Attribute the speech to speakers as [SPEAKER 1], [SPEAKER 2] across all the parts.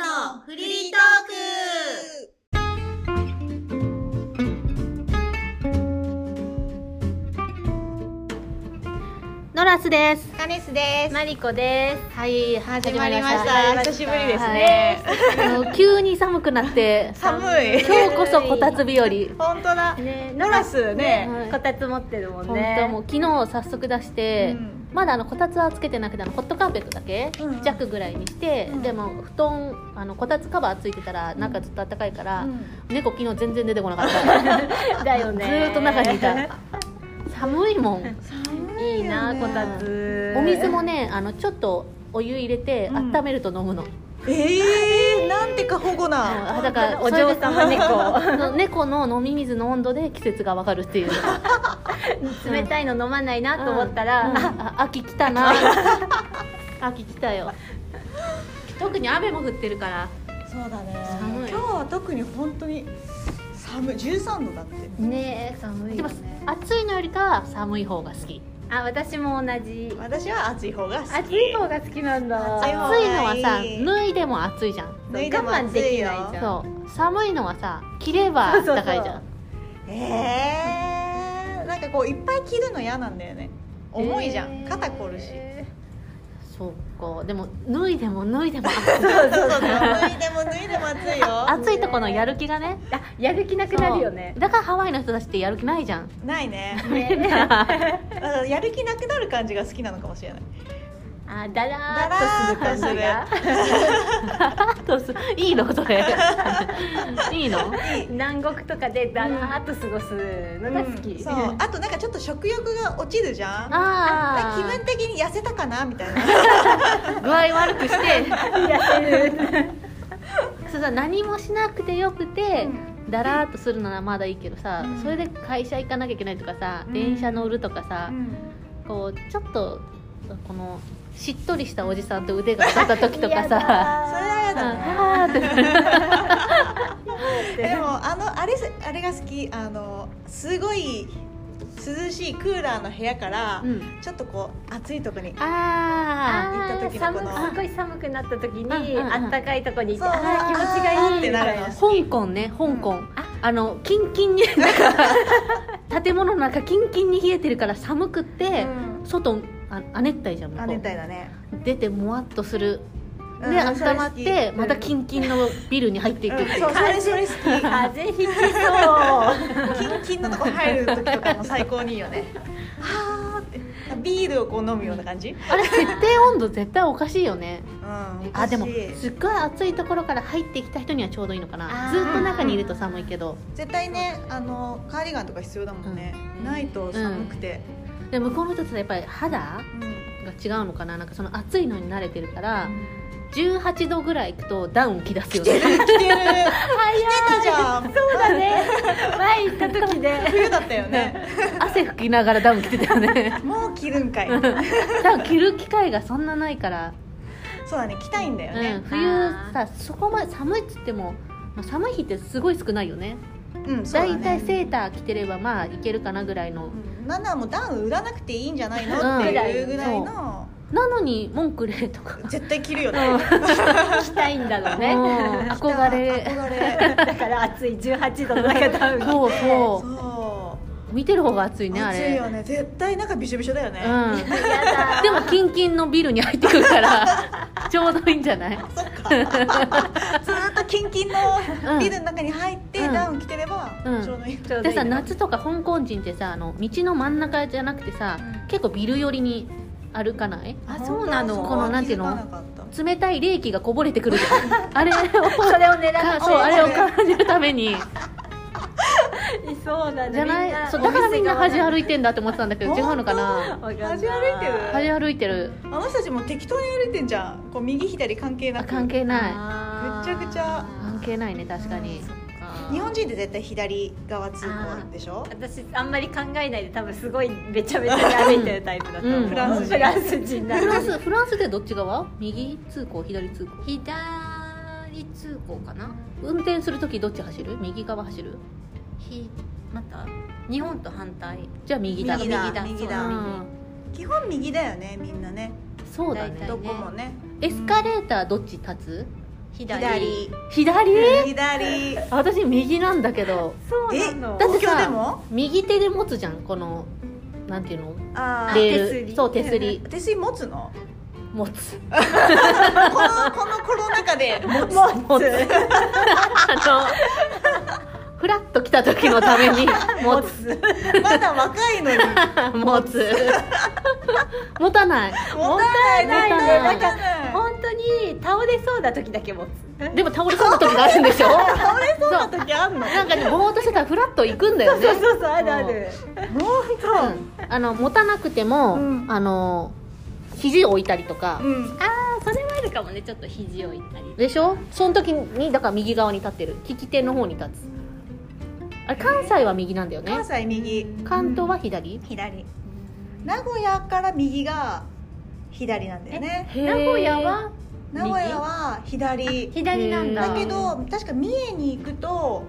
[SPEAKER 1] のフリートーク
[SPEAKER 2] ノラスです。
[SPEAKER 1] カネスです
[SPEAKER 2] マリコです。はい、始まりました。
[SPEAKER 1] 始まりました
[SPEAKER 3] 久しぶりですね、
[SPEAKER 2] あの急に寒くなって、
[SPEAKER 3] 寒い
[SPEAKER 2] 今日こそこたつ日和。
[SPEAKER 3] 本当だ
[SPEAKER 2] ね
[SPEAKER 3] ノラスね、
[SPEAKER 2] はい
[SPEAKER 1] こたつ持ってるもん
[SPEAKER 2] 本
[SPEAKER 1] ね
[SPEAKER 2] 当もう昨日早速出して、
[SPEAKER 3] うん
[SPEAKER 2] まだあのこたつはつけてなくてあのホットカーペットだけ
[SPEAKER 3] うんうん
[SPEAKER 2] 弱ぐらいにして、
[SPEAKER 3] うん
[SPEAKER 2] でも布団あのこたつカバーついてたら中ずっと暖かいから、
[SPEAKER 3] うん
[SPEAKER 2] 猫昨日全然出てこなかった。
[SPEAKER 1] だよ
[SPEAKER 2] ず
[SPEAKER 1] ね
[SPEAKER 2] ーっと中にいた。寒いもん。
[SPEAKER 3] 寒
[SPEAKER 1] いいなこた
[SPEAKER 3] つ
[SPEAKER 1] つ
[SPEAKER 2] お水もねあのちょっとお湯入れて
[SPEAKER 3] うん
[SPEAKER 2] 温めると飲むの。
[SPEAKER 3] えー、なんて過保護な
[SPEAKER 2] あだから
[SPEAKER 1] お嬢様猫
[SPEAKER 2] の猫の飲み水の温度で季節がわかるっていう
[SPEAKER 1] 冷たいの飲まないなと思ったら、
[SPEAKER 2] うんあ秋来たな 秋来たよ特に雨も降ってるから
[SPEAKER 3] そうだね
[SPEAKER 2] 寒い
[SPEAKER 3] 今日は特に本当に寒い13度だって
[SPEAKER 1] ねえ寒い
[SPEAKER 2] で
[SPEAKER 1] よ
[SPEAKER 2] も
[SPEAKER 1] ね
[SPEAKER 2] 暑いのよりかは寒い方が好き
[SPEAKER 1] あ私も同じ
[SPEAKER 3] 私は暑い方が好き
[SPEAKER 1] 暑い方が好きなんだ
[SPEAKER 3] 暑い
[SPEAKER 2] 暑
[SPEAKER 3] 方
[SPEAKER 2] いのはさ
[SPEAKER 3] あいい
[SPEAKER 2] 脱いでも暑いじゃん
[SPEAKER 3] 脱いでも
[SPEAKER 1] 我慢できないじゃん
[SPEAKER 2] そう寒いのはさ着れば
[SPEAKER 1] そうそうそう
[SPEAKER 2] 暖かいじゃん
[SPEAKER 3] えー、なんかこういっぱい着るの嫌なんだよね重いじゃん、
[SPEAKER 1] えー
[SPEAKER 3] 肩こるし
[SPEAKER 2] そうかでも脱いでも脱いでも
[SPEAKER 3] そうそうそう脱いでも脱いでも暑いよ
[SPEAKER 2] 暑いとこのやる気がね
[SPEAKER 1] あやる気なくなるよね
[SPEAKER 2] そうだからハワイの人たちってやる気ないじゃん
[SPEAKER 3] ないね
[SPEAKER 1] ね
[SPEAKER 3] だからやる気なくなる感じが好きなのかもしれない
[SPEAKER 1] あ
[SPEAKER 3] だ
[SPEAKER 1] だら
[SPEAKER 3] ら
[SPEAKER 1] ー
[SPEAKER 3] ー
[SPEAKER 1] っ
[SPEAKER 3] っ
[SPEAKER 1] と
[SPEAKER 3] と
[SPEAKER 1] す
[SPEAKER 3] する
[SPEAKER 1] る感じが
[SPEAKER 2] どうすいいのそれいいの
[SPEAKER 1] 南国とかでだらーっと過ごすのが好き、
[SPEAKER 3] そうあとなんかちょっと食欲が落ちるじゃん
[SPEAKER 2] ああ
[SPEAKER 3] 気分的に痩せたかなみたいな
[SPEAKER 2] 具合悪くしてそうさ何もしなくてよくて、だらーっとするのはまだいいけどさ、
[SPEAKER 3] うん
[SPEAKER 2] それで会社行かなきゃいけないとかさ、
[SPEAKER 3] うん
[SPEAKER 2] 電車乗るとかさ、
[SPEAKER 3] うん
[SPEAKER 2] こうちょっとこのしっとりしたおじさんと腕が当たった時とか さ
[SPEAKER 3] それは嫌
[SPEAKER 2] うん
[SPEAKER 3] だね
[SPEAKER 2] あーって
[SPEAKER 3] でもあのあれすあれが好きあのすごい涼しいクーラーの部屋から、
[SPEAKER 2] うん
[SPEAKER 3] ちょっとこう暑いとこに
[SPEAKER 2] あ
[SPEAKER 3] 行った時のこの
[SPEAKER 1] 寒くすごい寒くなった時に、
[SPEAKER 2] うんうんうん
[SPEAKER 1] あったかいとこにいて、
[SPEAKER 3] そう
[SPEAKER 1] あー気持ちがいい
[SPEAKER 3] あーっ
[SPEAKER 1] み
[SPEAKER 3] てな
[SPEAKER 1] た
[SPEAKER 3] る
[SPEAKER 1] い
[SPEAKER 3] の
[SPEAKER 1] な
[SPEAKER 2] ー香港ね香港、あのキンキンになんか建物の中キンキンに冷えてるから寒くって、
[SPEAKER 3] うん
[SPEAKER 2] 外あ亜熱帯じゃん向こ
[SPEAKER 3] 亜
[SPEAKER 2] う
[SPEAKER 3] 熱帯だね
[SPEAKER 2] 出てもわっとするで、
[SPEAKER 3] うん
[SPEAKER 2] 温まってまたキンキンのビルに入っていくって
[SPEAKER 3] うん
[SPEAKER 2] いう
[SPEAKER 3] そうそれそれ好
[SPEAKER 1] 風邪ひきそう
[SPEAKER 3] きキンキンのとこ入る時とかも最高にいいよねはあってビールをこう飲むような感じ、うん、
[SPEAKER 2] あれ設定温度絶対おかしいよねあでも
[SPEAKER 3] 昔
[SPEAKER 2] すっごい暑いところから入ってきた人にはちょうどいいのか
[SPEAKER 1] あ
[SPEAKER 2] な
[SPEAKER 1] ー
[SPEAKER 2] ずっと中にいると寒いけど
[SPEAKER 3] 絶対ねあのカーディガンとか必要だもんね、
[SPEAKER 1] うん
[SPEAKER 3] ないと寒くて、
[SPEAKER 2] で向こうの人ってやっぱり肌が
[SPEAKER 3] うん
[SPEAKER 2] 違うのかななんかその暑いのに慣れてるから18度ぐらいいくとダウン着出すよね
[SPEAKER 3] 着てる着てたじゃん
[SPEAKER 1] そうだね前行った時で
[SPEAKER 3] 冬だったよね
[SPEAKER 2] 汗拭きながらダウン着てたよ ね
[SPEAKER 3] もう着るんかい
[SPEAKER 2] 多分着る機会がそんなないから、
[SPEAKER 3] そうだね着たいんだよ
[SPEAKER 2] うん、
[SPEAKER 3] ね
[SPEAKER 2] 冬さそこまで寒いっつってもまあ寒い日ってすごい少ないよね
[SPEAKER 3] うん、そうだ
[SPEAKER 2] 大
[SPEAKER 3] ね
[SPEAKER 2] 体セーター着てればまあいけるかなぐらいの
[SPEAKER 3] うんなんならもうダウン売らなくていいんじゃないの
[SPEAKER 2] うん
[SPEAKER 3] っていうぐらいの
[SPEAKER 2] なのに文句例とか
[SPEAKER 3] 絶対着るよね
[SPEAKER 1] 行きたいんだろう
[SPEAKER 2] う
[SPEAKER 1] ね
[SPEAKER 2] ん憧れ
[SPEAKER 3] 憧れ
[SPEAKER 1] だから暑い18度の中ダウン着て
[SPEAKER 2] そうそ
[SPEAKER 3] そう
[SPEAKER 2] 見てる方が暑いねあ
[SPEAKER 3] う暑い
[SPEAKER 2] れ
[SPEAKER 3] よね絶対なんかびしょびしょだよね、
[SPEAKER 2] うん
[SPEAKER 1] やだ
[SPEAKER 2] でもキンキンのビルに入ってくるから ちょうどいいんじゃない
[SPEAKER 3] そっかずーっとキンキンのビルの中に入って、
[SPEAKER 2] うん
[SPEAKER 3] ダウン着てれば
[SPEAKER 2] うん
[SPEAKER 3] ちょうどいい、
[SPEAKER 1] ちょうど
[SPEAKER 2] で
[SPEAKER 1] いい
[SPEAKER 2] さ
[SPEAKER 1] な
[SPEAKER 2] 夏とか香港人ってさあの道の真ん中じゃなくてさ
[SPEAKER 3] うん
[SPEAKER 2] 結構ビル寄りに歩かない
[SPEAKER 1] あそうなの
[SPEAKER 3] 本当
[SPEAKER 2] このなんていうの
[SPEAKER 3] 気づかかった
[SPEAKER 2] 冷たい冷気がこぼれてくるじゃんあれを
[SPEAKER 1] それを狙って
[SPEAKER 2] かそうあれを感じるために
[SPEAKER 1] いそうだね
[SPEAKER 2] じゃ
[SPEAKER 1] みん
[SPEAKER 2] ないそうだからみんな恥歩いてんだって思ってたんだけど違うのかな
[SPEAKER 1] わかんない
[SPEAKER 3] 端歩いてる
[SPEAKER 2] 恥歩いてる
[SPEAKER 3] あの人たちも適当に歩いてんじゃんこう右左関係な
[SPEAKER 2] あ
[SPEAKER 3] く
[SPEAKER 2] 関係ない
[SPEAKER 1] あー
[SPEAKER 3] ぐっちゃぐちゃ
[SPEAKER 2] 関係ないね確かに
[SPEAKER 3] うん
[SPEAKER 1] あー
[SPEAKER 3] 日本人って絶対左側通行でしょ
[SPEAKER 1] 私あんまり考えないで多分すごいべちゃべちゃに歩いてるタイプだと思う、
[SPEAKER 2] うん
[SPEAKER 3] フランス人
[SPEAKER 1] フランス人な
[SPEAKER 2] フラ
[SPEAKER 1] の
[SPEAKER 2] ンスフランスでどっち側右通行左通行
[SPEAKER 4] 左通行かな
[SPEAKER 2] 運転する時どっち走る右側走る
[SPEAKER 4] ひまた日本と反対
[SPEAKER 2] じゃあ右だ
[SPEAKER 3] 右だ
[SPEAKER 4] 右だ
[SPEAKER 3] 右
[SPEAKER 2] う
[SPEAKER 3] だ
[SPEAKER 2] ん
[SPEAKER 3] 基本右だよねみんなね
[SPEAKER 2] そうだ
[SPEAKER 4] 大
[SPEAKER 2] ね
[SPEAKER 4] 体
[SPEAKER 3] どこもね
[SPEAKER 2] エスカレーターどっち立つ
[SPEAKER 4] 左
[SPEAKER 3] 左
[SPEAKER 2] 左
[SPEAKER 3] 左え
[SPEAKER 2] 私右なんだけど
[SPEAKER 1] そうなの
[SPEAKER 2] だって
[SPEAKER 3] 東
[SPEAKER 2] さ
[SPEAKER 3] 京でも
[SPEAKER 2] 右手で持つじゃんこのなんていうの
[SPEAKER 3] あー
[SPEAKER 2] レール
[SPEAKER 1] 手すり
[SPEAKER 2] そう手すり
[SPEAKER 3] 手すり持つの
[SPEAKER 2] 持つ
[SPEAKER 3] この このコロナ禍で持つ
[SPEAKER 2] 持つあのフラッと来た時のために持つ
[SPEAKER 3] まだ若いのに
[SPEAKER 2] 持つ持たない
[SPEAKER 3] 持たない
[SPEAKER 2] 持
[SPEAKER 3] 持
[SPEAKER 2] たな
[SPEAKER 3] たないい
[SPEAKER 1] 本当に倒れそうな時だけ持つ
[SPEAKER 2] でも倒れそうな時があるんでしょ
[SPEAKER 3] 倒れそうな時あんの
[SPEAKER 2] なんかねぼーっとしてたらフラッと行くんだよね
[SPEAKER 1] そうそうそうあるある
[SPEAKER 3] 本
[SPEAKER 2] うんあの持たなくても、
[SPEAKER 3] うん
[SPEAKER 2] あの肘を置いたりとか
[SPEAKER 3] 当、うん
[SPEAKER 4] あそれはあるかもねちょっと肘をいったり
[SPEAKER 2] でしょその時にだから右側に立ってる利き手の方に立つあれ関西は右なんだよね
[SPEAKER 3] 関西右
[SPEAKER 2] 関東は左、
[SPEAKER 3] 左名古屋から右が左なんだよね
[SPEAKER 2] へー
[SPEAKER 4] 名古屋は
[SPEAKER 3] 名古屋は左
[SPEAKER 4] 左なんだ
[SPEAKER 3] だけど確か三重に行くと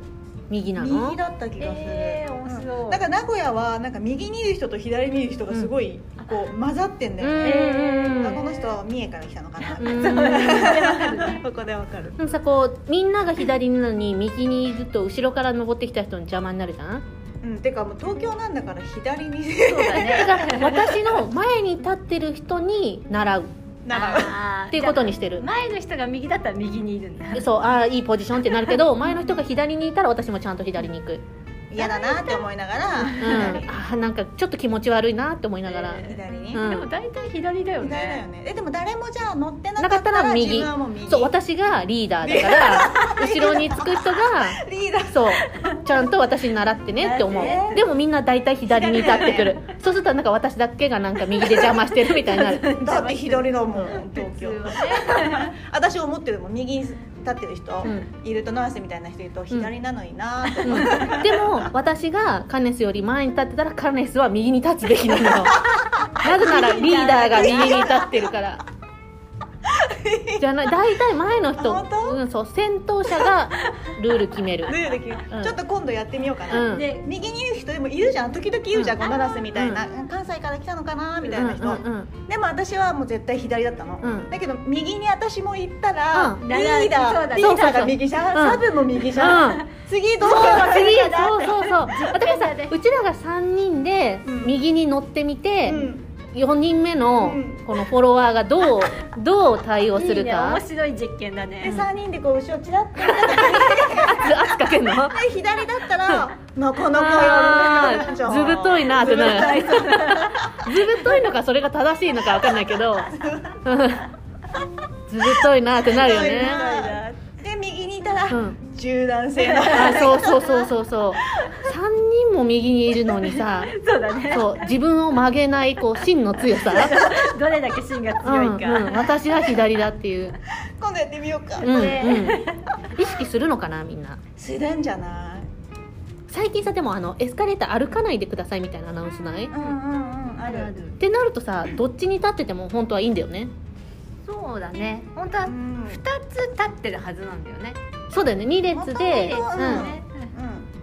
[SPEAKER 2] 右なの
[SPEAKER 3] 右だった気がする、
[SPEAKER 1] えー面白い
[SPEAKER 3] うんだから名古屋はなんか右にいる人と左にいる人がすごいこう混ざってんだ
[SPEAKER 2] う
[SPEAKER 3] よ
[SPEAKER 2] ん
[SPEAKER 3] ね、
[SPEAKER 2] うん
[SPEAKER 3] あこの人は三重から来たの かな、
[SPEAKER 2] うん
[SPEAKER 3] ここでわかる
[SPEAKER 2] でもさこうみんなが左なのに右にいると後ろから登ってきた人の邪魔になるじゃん
[SPEAKER 3] うんてかもう東京なんだから左に
[SPEAKER 4] そうだね
[SPEAKER 2] だから私の前に立ってる人に習う
[SPEAKER 3] 習う
[SPEAKER 4] あー
[SPEAKER 2] っていうことにしてる
[SPEAKER 1] 前の人が右だったら右にいるんだ
[SPEAKER 2] そうああいいポジションってなるけど前の人が左にいたら私もちゃんと左に行く、
[SPEAKER 3] 嫌だなって思いなが
[SPEAKER 2] う
[SPEAKER 3] ら
[SPEAKER 2] ん、あーなんかちょっと気持ち悪いなって思いながら、
[SPEAKER 1] え
[SPEAKER 3] 左に、
[SPEAKER 2] うん
[SPEAKER 1] でも大体左だよ
[SPEAKER 3] 左だ
[SPEAKER 1] ね
[SPEAKER 3] よねえでも誰もじゃあ乗ってな
[SPEAKER 2] なか
[SPEAKER 3] か
[SPEAKER 2] っ
[SPEAKER 3] ったた
[SPEAKER 2] ら
[SPEAKER 3] ら
[SPEAKER 2] 右
[SPEAKER 3] 自分はもう右
[SPEAKER 2] そう私がリーダーだから後ろにつく人が
[SPEAKER 3] リーダー
[SPEAKER 2] そうちゃんと私に習ってねって思
[SPEAKER 3] だっ
[SPEAKER 2] う
[SPEAKER 3] て
[SPEAKER 2] でもみんな大体左に立ってくるそうするとなんか私だけがなんか右で邪魔してるみたいになる
[SPEAKER 3] だって左だもん 東京
[SPEAKER 1] 普通はね
[SPEAKER 3] 私思ってるもん右に立ってる人
[SPEAKER 2] うん
[SPEAKER 3] いると永瀬みたいな人いると左なのになって
[SPEAKER 2] うんでも私がカネスより前に立ってたらカネスは右に立つべきなのよなぜならリーダーが右に立ってるからじゃない大体前の人
[SPEAKER 3] あ本当
[SPEAKER 2] うん、そう先頭者がルール決める
[SPEAKER 3] ルールで決
[SPEAKER 2] うん
[SPEAKER 3] めちょっと今度やってみようか
[SPEAKER 2] うん
[SPEAKER 3] な
[SPEAKER 1] で
[SPEAKER 3] 右にいる人でもいるじゃん時々いるじゃん
[SPEAKER 2] うん
[SPEAKER 3] このナスみたいな関西から来たのかなみたいな人
[SPEAKER 2] うんうんうん
[SPEAKER 3] でも私はもう絶対左だったの、
[SPEAKER 2] うん
[SPEAKER 3] だけど右に私も行ったら、
[SPEAKER 2] うん
[SPEAKER 3] リー
[SPEAKER 1] そ
[SPEAKER 3] ダ
[SPEAKER 1] う
[SPEAKER 3] ー
[SPEAKER 1] だ
[SPEAKER 3] リーダーが右じゃん、
[SPEAKER 2] うん
[SPEAKER 3] サブも右じゃん、
[SPEAKER 2] うん
[SPEAKER 3] 次どうし
[SPEAKER 2] そ
[SPEAKER 3] よ
[SPEAKER 2] う
[SPEAKER 3] うか
[SPEAKER 2] 次
[SPEAKER 3] な
[SPEAKER 2] そうそう そうだからさ
[SPEAKER 1] で
[SPEAKER 2] うちらが3人で
[SPEAKER 3] うん
[SPEAKER 2] 右に乗ってみて、
[SPEAKER 3] うん
[SPEAKER 2] 4人目の
[SPEAKER 3] うん
[SPEAKER 2] このフォロワーが どうどう対応す
[SPEAKER 1] いい
[SPEAKER 2] る
[SPEAKER 1] ね
[SPEAKER 2] か
[SPEAKER 1] 面白い実験だね
[SPEAKER 3] で3人でこう後ろちらっと見
[SPEAKER 2] 圧圧かけ んの
[SPEAKER 3] て左だったらなかなかや
[SPEAKER 2] あ
[SPEAKER 3] るねじゃあ
[SPEAKER 2] ーずぶといなってなる
[SPEAKER 3] ずぶとい
[SPEAKER 2] ずぶといのかそれが正しいのか分かんないけ どずぶといなってなるよ
[SPEAKER 3] ずぶと
[SPEAKER 2] ね
[SPEAKER 3] いなで右にいたら、
[SPEAKER 2] うん
[SPEAKER 3] 柔軟性の
[SPEAKER 2] あそうそうそうそうそう3人も右にいるのにさ
[SPEAKER 1] そうだね
[SPEAKER 2] そう自分を曲げないこう芯の 強さ
[SPEAKER 1] どれだけ芯が
[SPEAKER 2] うん
[SPEAKER 1] 強いか、
[SPEAKER 2] うん、私は左だっていう
[SPEAKER 3] 今度やってみようか、
[SPEAKER 2] うん
[SPEAKER 1] ね
[SPEAKER 2] うん、意識するのかなみんな
[SPEAKER 3] するんじゃない
[SPEAKER 2] 最近さでもあのエスカレーター歩かないでくださいみたいなアナウンスないっ
[SPEAKER 3] うんうんうんある
[SPEAKER 2] てなるとさどっちに立ってても本当はいいんだよね
[SPEAKER 4] そうだね本当は
[SPEAKER 3] うん
[SPEAKER 4] 2つ立ってるはずなんだよね
[SPEAKER 2] そうだよね2列で、
[SPEAKER 3] 本当
[SPEAKER 2] う
[SPEAKER 3] は
[SPEAKER 2] ん
[SPEAKER 3] ね、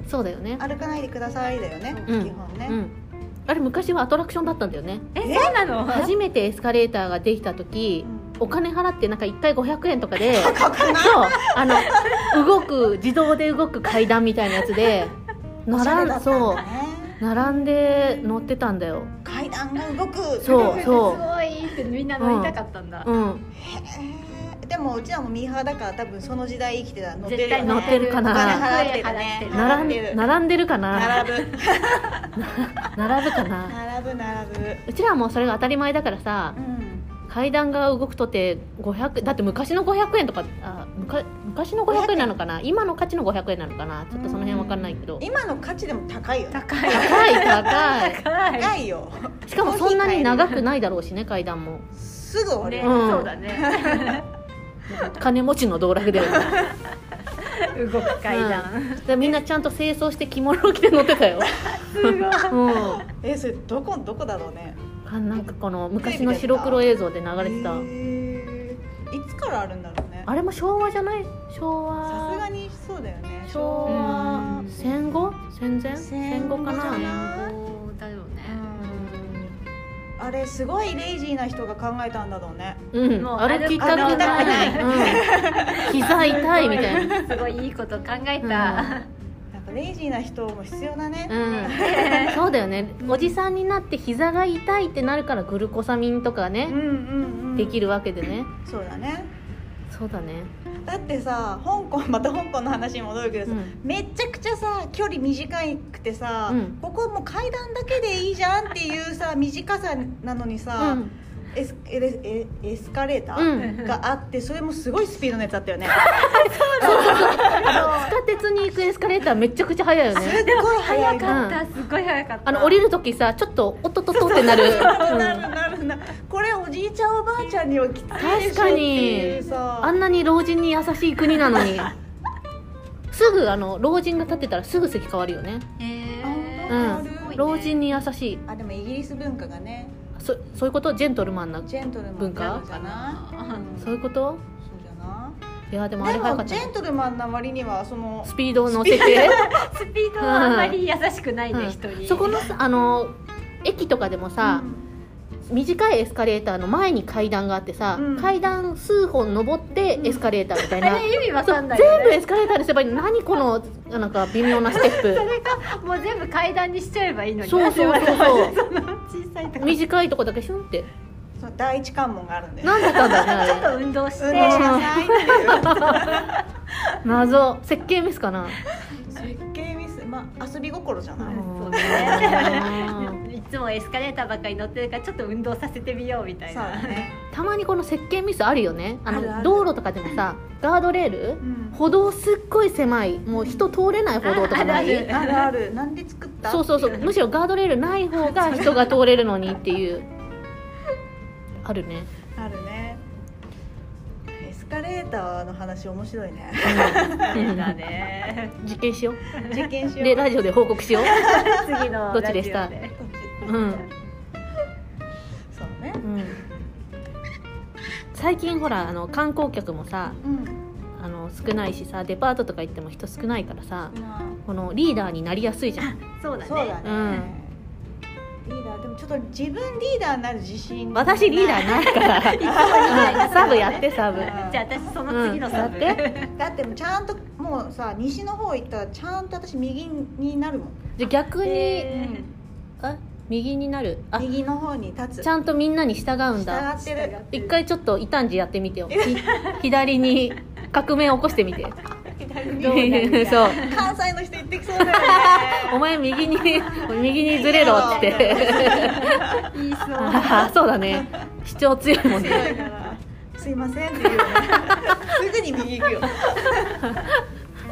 [SPEAKER 2] うんそうだよね
[SPEAKER 3] 歩かないでくださいだよね、
[SPEAKER 2] うん
[SPEAKER 3] 基本ね、
[SPEAKER 2] うんあれ昔はアトラクションだったんだよね
[SPEAKER 1] えそうなの
[SPEAKER 2] 初めてエスカレーターができた時お金払ってなんか1回500円とかでそう
[SPEAKER 3] 高くない
[SPEAKER 2] あの動く自動で動く階段みたいなやつで
[SPEAKER 3] おしゃ
[SPEAKER 2] 並ん
[SPEAKER 3] れだったん
[SPEAKER 2] そう
[SPEAKER 3] だね
[SPEAKER 2] 並んで乗ってたんだよ
[SPEAKER 3] 階段が動く
[SPEAKER 2] そうそう
[SPEAKER 1] すごいってみんな乗りたかったんだ、
[SPEAKER 2] うん
[SPEAKER 3] えーでもうちらもミーハーだから多分その時代生きてたら乗ってるよ
[SPEAKER 1] 絶対
[SPEAKER 3] ね
[SPEAKER 2] 乗ってるかな
[SPEAKER 3] お金払ってるね
[SPEAKER 1] 払って
[SPEAKER 3] 払っ
[SPEAKER 1] る
[SPEAKER 2] 並
[SPEAKER 3] てる
[SPEAKER 2] ん並んでるかな
[SPEAKER 3] 並ぶ
[SPEAKER 2] 並ぶかな
[SPEAKER 3] 並ぶ並ぶ
[SPEAKER 2] うちらはもうそれが当たり前だからさ
[SPEAKER 3] うん
[SPEAKER 2] 階段が動くとて500だって昔の500円とかあむか昔の500円なのかな今の価値の500円なのかなちょっとその辺わかんないけど
[SPEAKER 3] 今の価値でも高いよね
[SPEAKER 1] 高い
[SPEAKER 2] 高い高 い
[SPEAKER 1] 高い
[SPEAKER 3] 高いよ
[SPEAKER 2] しかもそんなに長くないだろうしね階段 も
[SPEAKER 3] すぐ終
[SPEAKER 1] ね、
[SPEAKER 3] わ
[SPEAKER 2] うん
[SPEAKER 1] そうだね
[SPEAKER 2] 金持ちの道楽だよね
[SPEAKER 1] 動く階段、
[SPEAKER 2] でみんなちゃんと清掃して着物を着て乗ってたよ
[SPEAKER 1] すごい
[SPEAKER 2] うん
[SPEAKER 3] るえそれどこどこだろうね
[SPEAKER 2] あなんかこの昔の白黒映像で流れてた
[SPEAKER 3] えーいつからあるんだろうね
[SPEAKER 2] あれも昭和じゃない昭
[SPEAKER 3] さすが
[SPEAKER 2] 和
[SPEAKER 3] にそうだよね
[SPEAKER 2] 昭和戦後戦前戦後か
[SPEAKER 3] 戦後じゃ
[SPEAKER 2] な
[SPEAKER 3] ない
[SPEAKER 4] そうだよね
[SPEAKER 3] あれすごいレイジーな人が考えたんだろうね
[SPEAKER 2] うん
[SPEAKER 1] もう
[SPEAKER 2] 歩きたく
[SPEAKER 1] 歩きた
[SPEAKER 2] な
[SPEAKER 1] く
[SPEAKER 2] い
[SPEAKER 1] な
[SPEAKER 2] うん膝痛いみたいな
[SPEAKER 1] すごいいいこと考え
[SPEAKER 2] うん
[SPEAKER 1] た、
[SPEAKER 3] やっぱレイジーな人も必要だね、
[SPEAKER 2] うんそうだよねおじさんになって膝が痛いってなるからグルコサミンとか
[SPEAKER 3] うんう
[SPEAKER 2] ね、
[SPEAKER 3] んうん
[SPEAKER 2] できるわけでね
[SPEAKER 3] そうだね
[SPEAKER 2] そうだね
[SPEAKER 3] だってさ香港 また香港の話に戻るけどさ、
[SPEAKER 2] うん
[SPEAKER 3] めちゃくちゃさ距離短くてさ、
[SPEAKER 2] うん
[SPEAKER 3] ここもう階段だけでいいじゃんっていうさ短さなのにさ、エスエレエエスカレータ
[SPEAKER 2] う
[SPEAKER 3] ー
[SPEAKER 2] ん
[SPEAKER 3] があってそれもすごいスピードのやつだったよね
[SPEAKER 2] 地下鉄に行くエスカレーターめちゃくちゃ速いよ
[SPEAKER 3] す
[SPEAKER 2] ね
[SPEAKER 3] っごい速い
[SPEAKER 1] 早かったすごい早かった
[SPEAKER 2] あの降りる時さちょっとおっとっとっとってなる
[SPEAKER 3] なる
[SPEAKER 2] うん
[SPEAKER 3] なるなるこれおじいちゃんおばあちゃんにはきついで
[SPEAKER 2] 確
[SPEAKER 3] しょっ
[SPEAKER 2] か
[SPEAKER 3] てい
[SPEAKER 2] に
[SPEAKER 3] うさ
[SPEAKER 2] あんなに老人に優しい国なのにすぐあの老人が立ってたらすぐ席変わるよね
[SPEAKER 4] え
[SPEAKER 2] う
[SPEAKER 4] ー
[SPEAKER 2] ん
[SPEAKER 3] すごいね
[SPEAKER 2] 老人に優しい
[SPEAKER 3] あでもイギリス文化がね
[SPEAKER 2] そそういうことジェントルマンな
[SPEAKER 3] ジェントルマン
[SPEAKER 2] 文化
[SPEAKER 3] なのじゃないうん
[SPEAKER 2] そういうこと
[SPEAKER 3] そうじゃない
[SPEAKER 2] やでもあ
[SPEAKER 3] で
[SPEAKER 2] れ早か
[SPEAKER 3] も
[SPEAKER 2] った
[SPEAKER 3] ジェ
[SPEAKER 2] ね
[SPEAKER 3] ントルマンな割にはその
[SPEAKER 2] スピードの設定、
[SPEAKER 1] スピードはあんまり優しくないね、人
[SPEAKER 2] うん
[SPEAKER 1] に
[SPEAKER 2] そこのさあの駅とかでもさ、短いエスカレーターの前に階段があってさ、
[SPEAKER 3] うん
[SPEAKER 2] 階段数本登ってエスカレーターみたいな、
[SPEAKER 1] あれ意味わ
[SPEAKER 2] そ
[SPEAKER 1] か
[SPEAKER 2] うん
[SPEAKER 1] ないよ
[SPEAKER 2] 全部
[SPEAKER 1] ね
[SPEAKER 2] エスカレーターにすればいいの何このなんか微妙なステップ
[SPEAKER 1] もう全部階段にしちゃえばいいのに
[SPEAKER 2] そうそうそうそ
[SPEAKER 1] 小さいと
[SPEAKER 2] う
[SPEAKER 1] こち
[SPEAKER 2] 短いとこだけシュンって
[SPEAKER 3] その第一関門があるんだよ
[SPEAKER 2] なんだったんだろうね
[SPEAKER 1] ょっ
[SPEAKER 2] あ
[SPEAKER 1] と運動して、
[SPEAKER 3] 運動しなさいっていう
[SPEAKER 2] れ謎設計ミスかな
[SPEAKER 3] 設計ミスまあ遊び心じゃない、
[SPEAKER 1] そうねいつもエスカレーターばっかり乗ってるからちょっと運動させてみようみた
[SPEAKER 3] そう
[SPEAKER 1] い
[SPEAKER 3] だ
[SPEAKER 1] な
[SPEAKER 3] ね、
[SPEAKER 2] たまにこの設計ミスあるよねあの
[SPEAKER 3] あるある
[SPEAKER 2] 道路とかでもさガードレール
[SPEAKER 3] うん
[SPEAKER 2] 歩道すっごい狭いもう人通れない歩道とかな
[SPEAKER 1] あある
[SPEAKER 2] い
[SPEAKER 3] あるあるなんで作った
[SPEAKER 2] そうそうそうむしろガードレールない方が人が通れるのにっていうあるね
[SPEAKER 3] あるねエスカレーターの話面白いね
[SPEAKER 1] そうだね
[SPEAKER 2] 実験しよ
[SPEAKER 3] 実験し
[SPEAKER 2] う
[SPEAKER 3] よう
[SPEAKER 2] でラジオで報告しよう、
[SPEAKER 1] 次の
[SPEAKER 2] どっちでした
[SPEAKER 1] ラジオ
[SPEAKER 2] うん
[SPEAKER 3] そうね
[SPEAKER 2] うん、最近ほらあの観光客もさ
[SPEAKER 3] うん
[SPEAKER 2] あの少ないしさデパートとか行っても人少ないからさ
[SPEAKER 3] まあ
[SPEAKER 2] このリーダーになりやすいじゃん
[SPEAKER 1] そうだね
[SPEAKER 3] そうだね、
[SPEAKER 2] うん
[SPEAKER 3] リーダーでもちょっと自分リーダーになる自信
[SPEAKER 2] 私リーダーないから、うん サブやってサブ
[SPEAKER 1] じゃあ私その次のサブ、
[SPEAKER 2] うんだって
[SPEAKER 3] だってもうちゃんともうさ西の方行ったらちゃんと私右になるもん、
[SPEAKER 2] じゃあ逆に、
[SPEAKER 1] え
[SPEAKER 2] あ右になるあ
[SPEAKER 3] 右の方に立つ
[SPEAKER 2] ちゃんとみんなに従うんだ
[SPEAKER 3] 従ってる
[SPEAKER 2] 一回ちょっと異端児やってみてよひ左に革命を起こしてみて
[SPEAKER 1] どうなる か
[SPEAKER 2] そう
[SPEAKER 3] 関西の人言ってきそうだよね
[SPEAKER 2] お前右に右にずれろって
[SPEAKER 1] ー言いそう
[SPEAKER 2] あ ーそうだね主張強いもんね
[SPEAKER 3] だからすいませんって言うよねすぐに右行くよ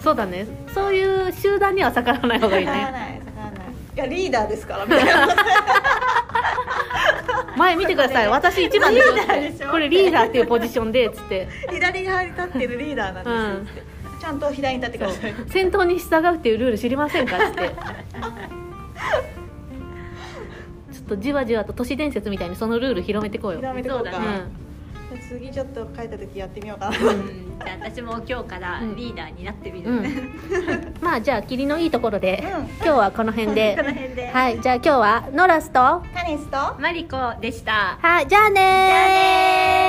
[SPEAKER 2] そうだねそういう集団には逆らわない方がいい
[SPEAKER 3] 下が
[SPEAKER 2] ね
[SPEAKER 3] らない下がらないいやリーダーですからみた いな
[SPEAKER 2] 前見てください私一番ですよってこれリーダーっていうポジションでつって
[SPEAKER 3] 左側に立ってるリーダーなんですよって、ちゃんと左に立ってくだ さい
[SPEAKER 2] 先頭に従うっていうルール知りませんかってちょっとじわじわと都市伝説みたいにそのルール広めてこうよ、
[SPEAKER 3] 広めてこうか
[SPEAKER 4] そうだ
[SPEAKER 2] う
[SPEAKER 3] 次ちょっと帰った時やってみよ うかな
[SPEAKER 4] うんじゃあ私も今日からリーダーになってみる、
[SPEAKER 2] ん、うん、まあじゃあ霧のいいところで、
[SPEAKER 3] うん
[SPEAKER 2] 今日はこの辺で
[SPEAKER 1] この辺で、
[SPEAKER 2] はいじゃあ今日はノラスと
[SPEAKER 3] カネスと
[SPEAKER 4] マリコでした
[SPEAKER 2] はいじゃあねー